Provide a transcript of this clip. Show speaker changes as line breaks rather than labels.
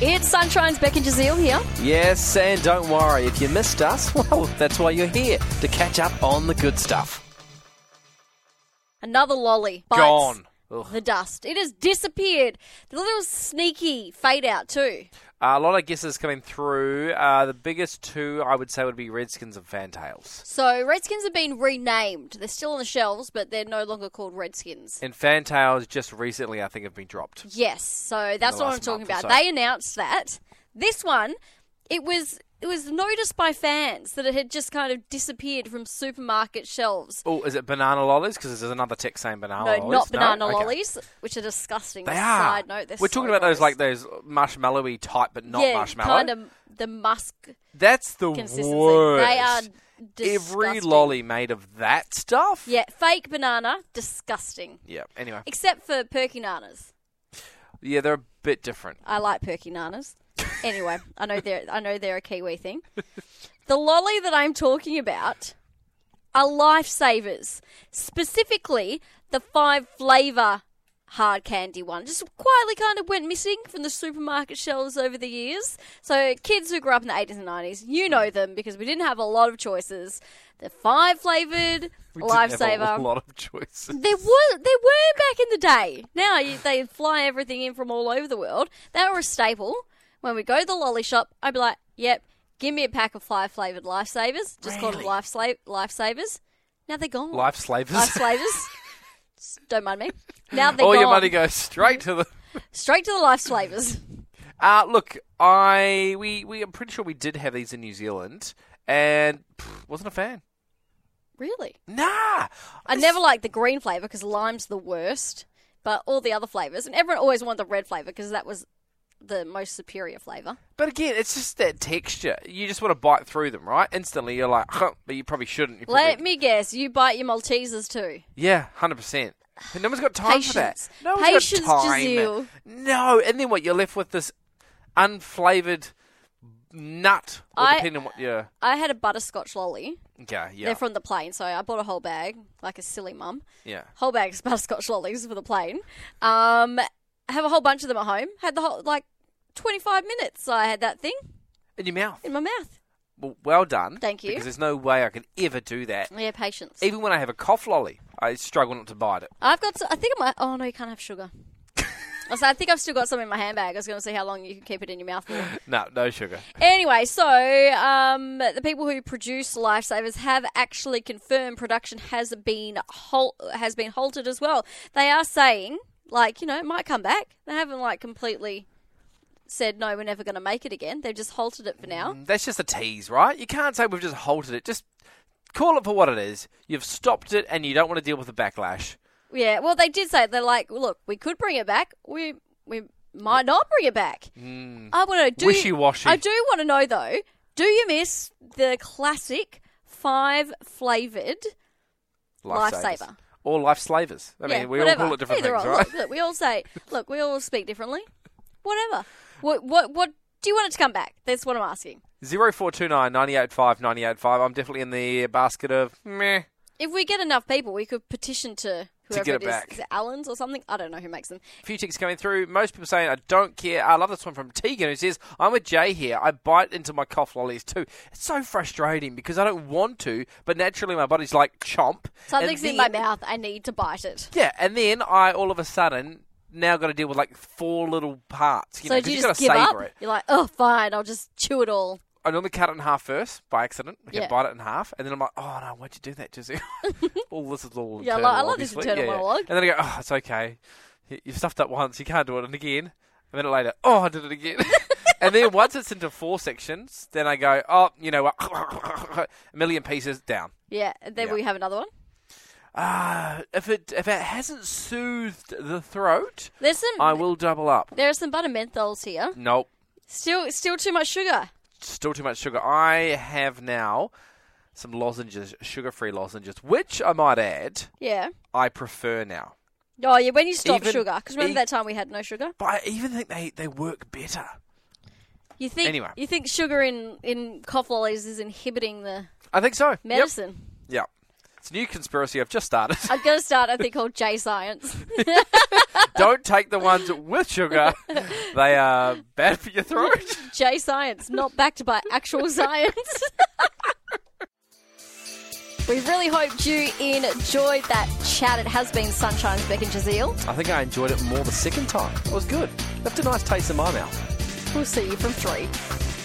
It's Sunshine's Becky Jazeel here.
Yes, and don't worry, if you missed us, well, that's why you're here, to catch up on the good stuff.
Another lolly. Bites
Gone. Ugh.
The dust. It has disappeared. The little sneaky fade out, too.
a lot of guesses coming through. Uh, the biggest two, I would say, would be Redskins and Fantails.
So, Redskins have been renamed. They're still on the shelves, but they're no longer called Redskins.
And Fantails just recently, I think, have been dropped.
Yes, so that's
the
what I'm
last
talking
month or
about.
so.
They announced that. This one, it was. It was noticed by fans that it had just kind of disappeared from supermarket shelves.
Oh, is it banana lollies? Because there's another text saying banana
No,
lollies.
not banana
Oh, Okay.
lollies, which are disgusting.
They are.
Side note, they're
We're
so
talking about those
gross.
like those marshmallowy type, but not
yeah,
marshmallow.
kind of the musk
That's the
consistency.
worst.
They are disgusting.
Every lolly made of that stuff.
Yeah, fake banana, disgusting.
Yeah. Anyway.
Except for perky nanas.
Yeah, they're a bit different.
I like perky nanas. anyway, I know they're I know they're a Kiwi thing. The lolly that I'm talking about are lifesavers. Specifically the five flavour hard candy one. Just quietly kind of went missing from the supermarket shelves over the years. So kids who grew up in the eighties and nineties, you know them because we didn't have a lot of choices. The five flavoured
We didn't have
lifesaver.
A lot of choices.
There was there were back in the day. Now you, they fly everything in from all over the world. They were a staple. When we go to the lolly shop, I'd be like, "Yep, give me a pack of five flavored lifesavers." Just call them
Really?
life sla- lifesavers. Now they're gone.
Life slavers.
lifesavers. Just Don't mind me. Now they're
All
gone.
your money goes straight to the.
Straight to the lifesavers.
Uh, look, I we we I'm pretty sure we did have these in New Zealand, and pff, wasn't a fan.
Really?
Nah,
I never liked the green flavor because lime's the worst. But all the other flavors, and everyone always wanted the red flavor because that was the most superior flavor.
But again, it's just that texture. You just want to bite through them, right? Instantly, you're like, huh, but you probably shouldn't. You
Let
probably-
me guess, you bite your Maltesers too.
Yeah, hundred percent. No one's got time for that.
Patience.
No one's
Patience,
got time.
Jazeel.
No, and then what? You're left with this unflavoured nut, or
I-
depending on what you're.
I had a butterscotch lolly.
Okay, yeah,
They're from the plane, so I bought a whole bag, like a silly mum.
yeah.
Whole bag of butterscotch lollies for the plane. Um, I have a whole bunch of them at home. Had the whole like twenty five minutes. I had that thing
In your mouth.
in my mouth.
Well, well done.
Thank you.
Because there's no way I could ever do that.
Yeah, patience.
Even when I have a cough lolly, I struggle not to bite it.
I've got. s I think I might. Oh no, you can't have sugar. I was- I think I've still got some in my handbag. I was going to see how long you can keep it in your mouth for.
No, no sugar.
Anyway, so um, the people who produce lifesavers have actually confirmed production has been hol- has been halted as well. They are saying, like, you know, it might come back. They haven't like completely said no, we're never going to make it again. They've just halted it for now.
That's just a tease, right? You can't say we've just halted it. Just call it for what it is. You've stopped it and you don't want to deal with the backlash.
Yeah, well, they did say they're like, look, we could bring it back. We we might not bring it back. I want to do
Wishy-washy.
I do want to know though. Do you miss the classic five flavored?
Lifesavers.
Lifesaver.
Or life slavers. I mean, we all call it different
Either
things,
or.
right?
Look, look, we all say, look, we all speak differently. Whatever. What, what, what do you want it to come back? That's what I'm asking.
0429 985 985. I'm definitely in the basket of meh.
If we get enough people, we could petition to whoever
get
it
it
is.
back.
Is it Allen's or something? I don't know who makes them.
A few ticks coming through. Most people saying, I don't care. I love this one from Tegan who says, I'm with Jay here. I bite into my cough lollies too. It's so frustrating because I don't want to, but naturally my body's like chomp. and
Something's in my
then-
mouth. I need to bite it.
Yeah, and then I all of a sudden now got to deal with like four little parts. You
So
know,
do
'cause
you
you
just give
gotta
up?
savor it.
You're like, oh, fine, I'll just chew it all.
I normally cut it in half first by accident. I can
Yeah.
bite it in half, and then I'm like, oh no, why'd you do that, Jesse? all this is all
Yeah, I
internal,
lo- I love this
obviously.
internal
Yeah, yeah.
monologue.
And then I go, oh, it's okay. You- You've stuffed up once, you can't do it again. A minute later, oh, I did it again. and then once it's into four sections, then I go, oh, you know what? a million pieces down.
Yeah, and then
Yeah.
we have another one.
Ah, if it if it hasn't soothed the throat,
There's some.
I will double up.
There are some butter menthols here.
Nope.
Still, still too much sugar.
still too much sugar. I have now some lozenges, sugar-free lozenges, which I might add,
Yeah.
I prefer now.
Oh yeah, when you stop
Even-
sugar, because remember
e-
that time we had no sugar.
But I even think they, they work better.
You think
Anyway.
you think sugar in in cough lollies is inhibiting the
I think so. Yep.
medicine?
Yep. It's a new conspiracy I've just started.
I'm gonna start a thing called J Science.
Don't take the ones with sugar. They are bad for your throat.
J Science, not backed by actual science. We really hoped you enjoyed that chat. It has been Sunshine's Beck and Jazeel.
I think I enjoyed it more the second time. It was good. Left a nice taste in my mouth.
We'll see you from three.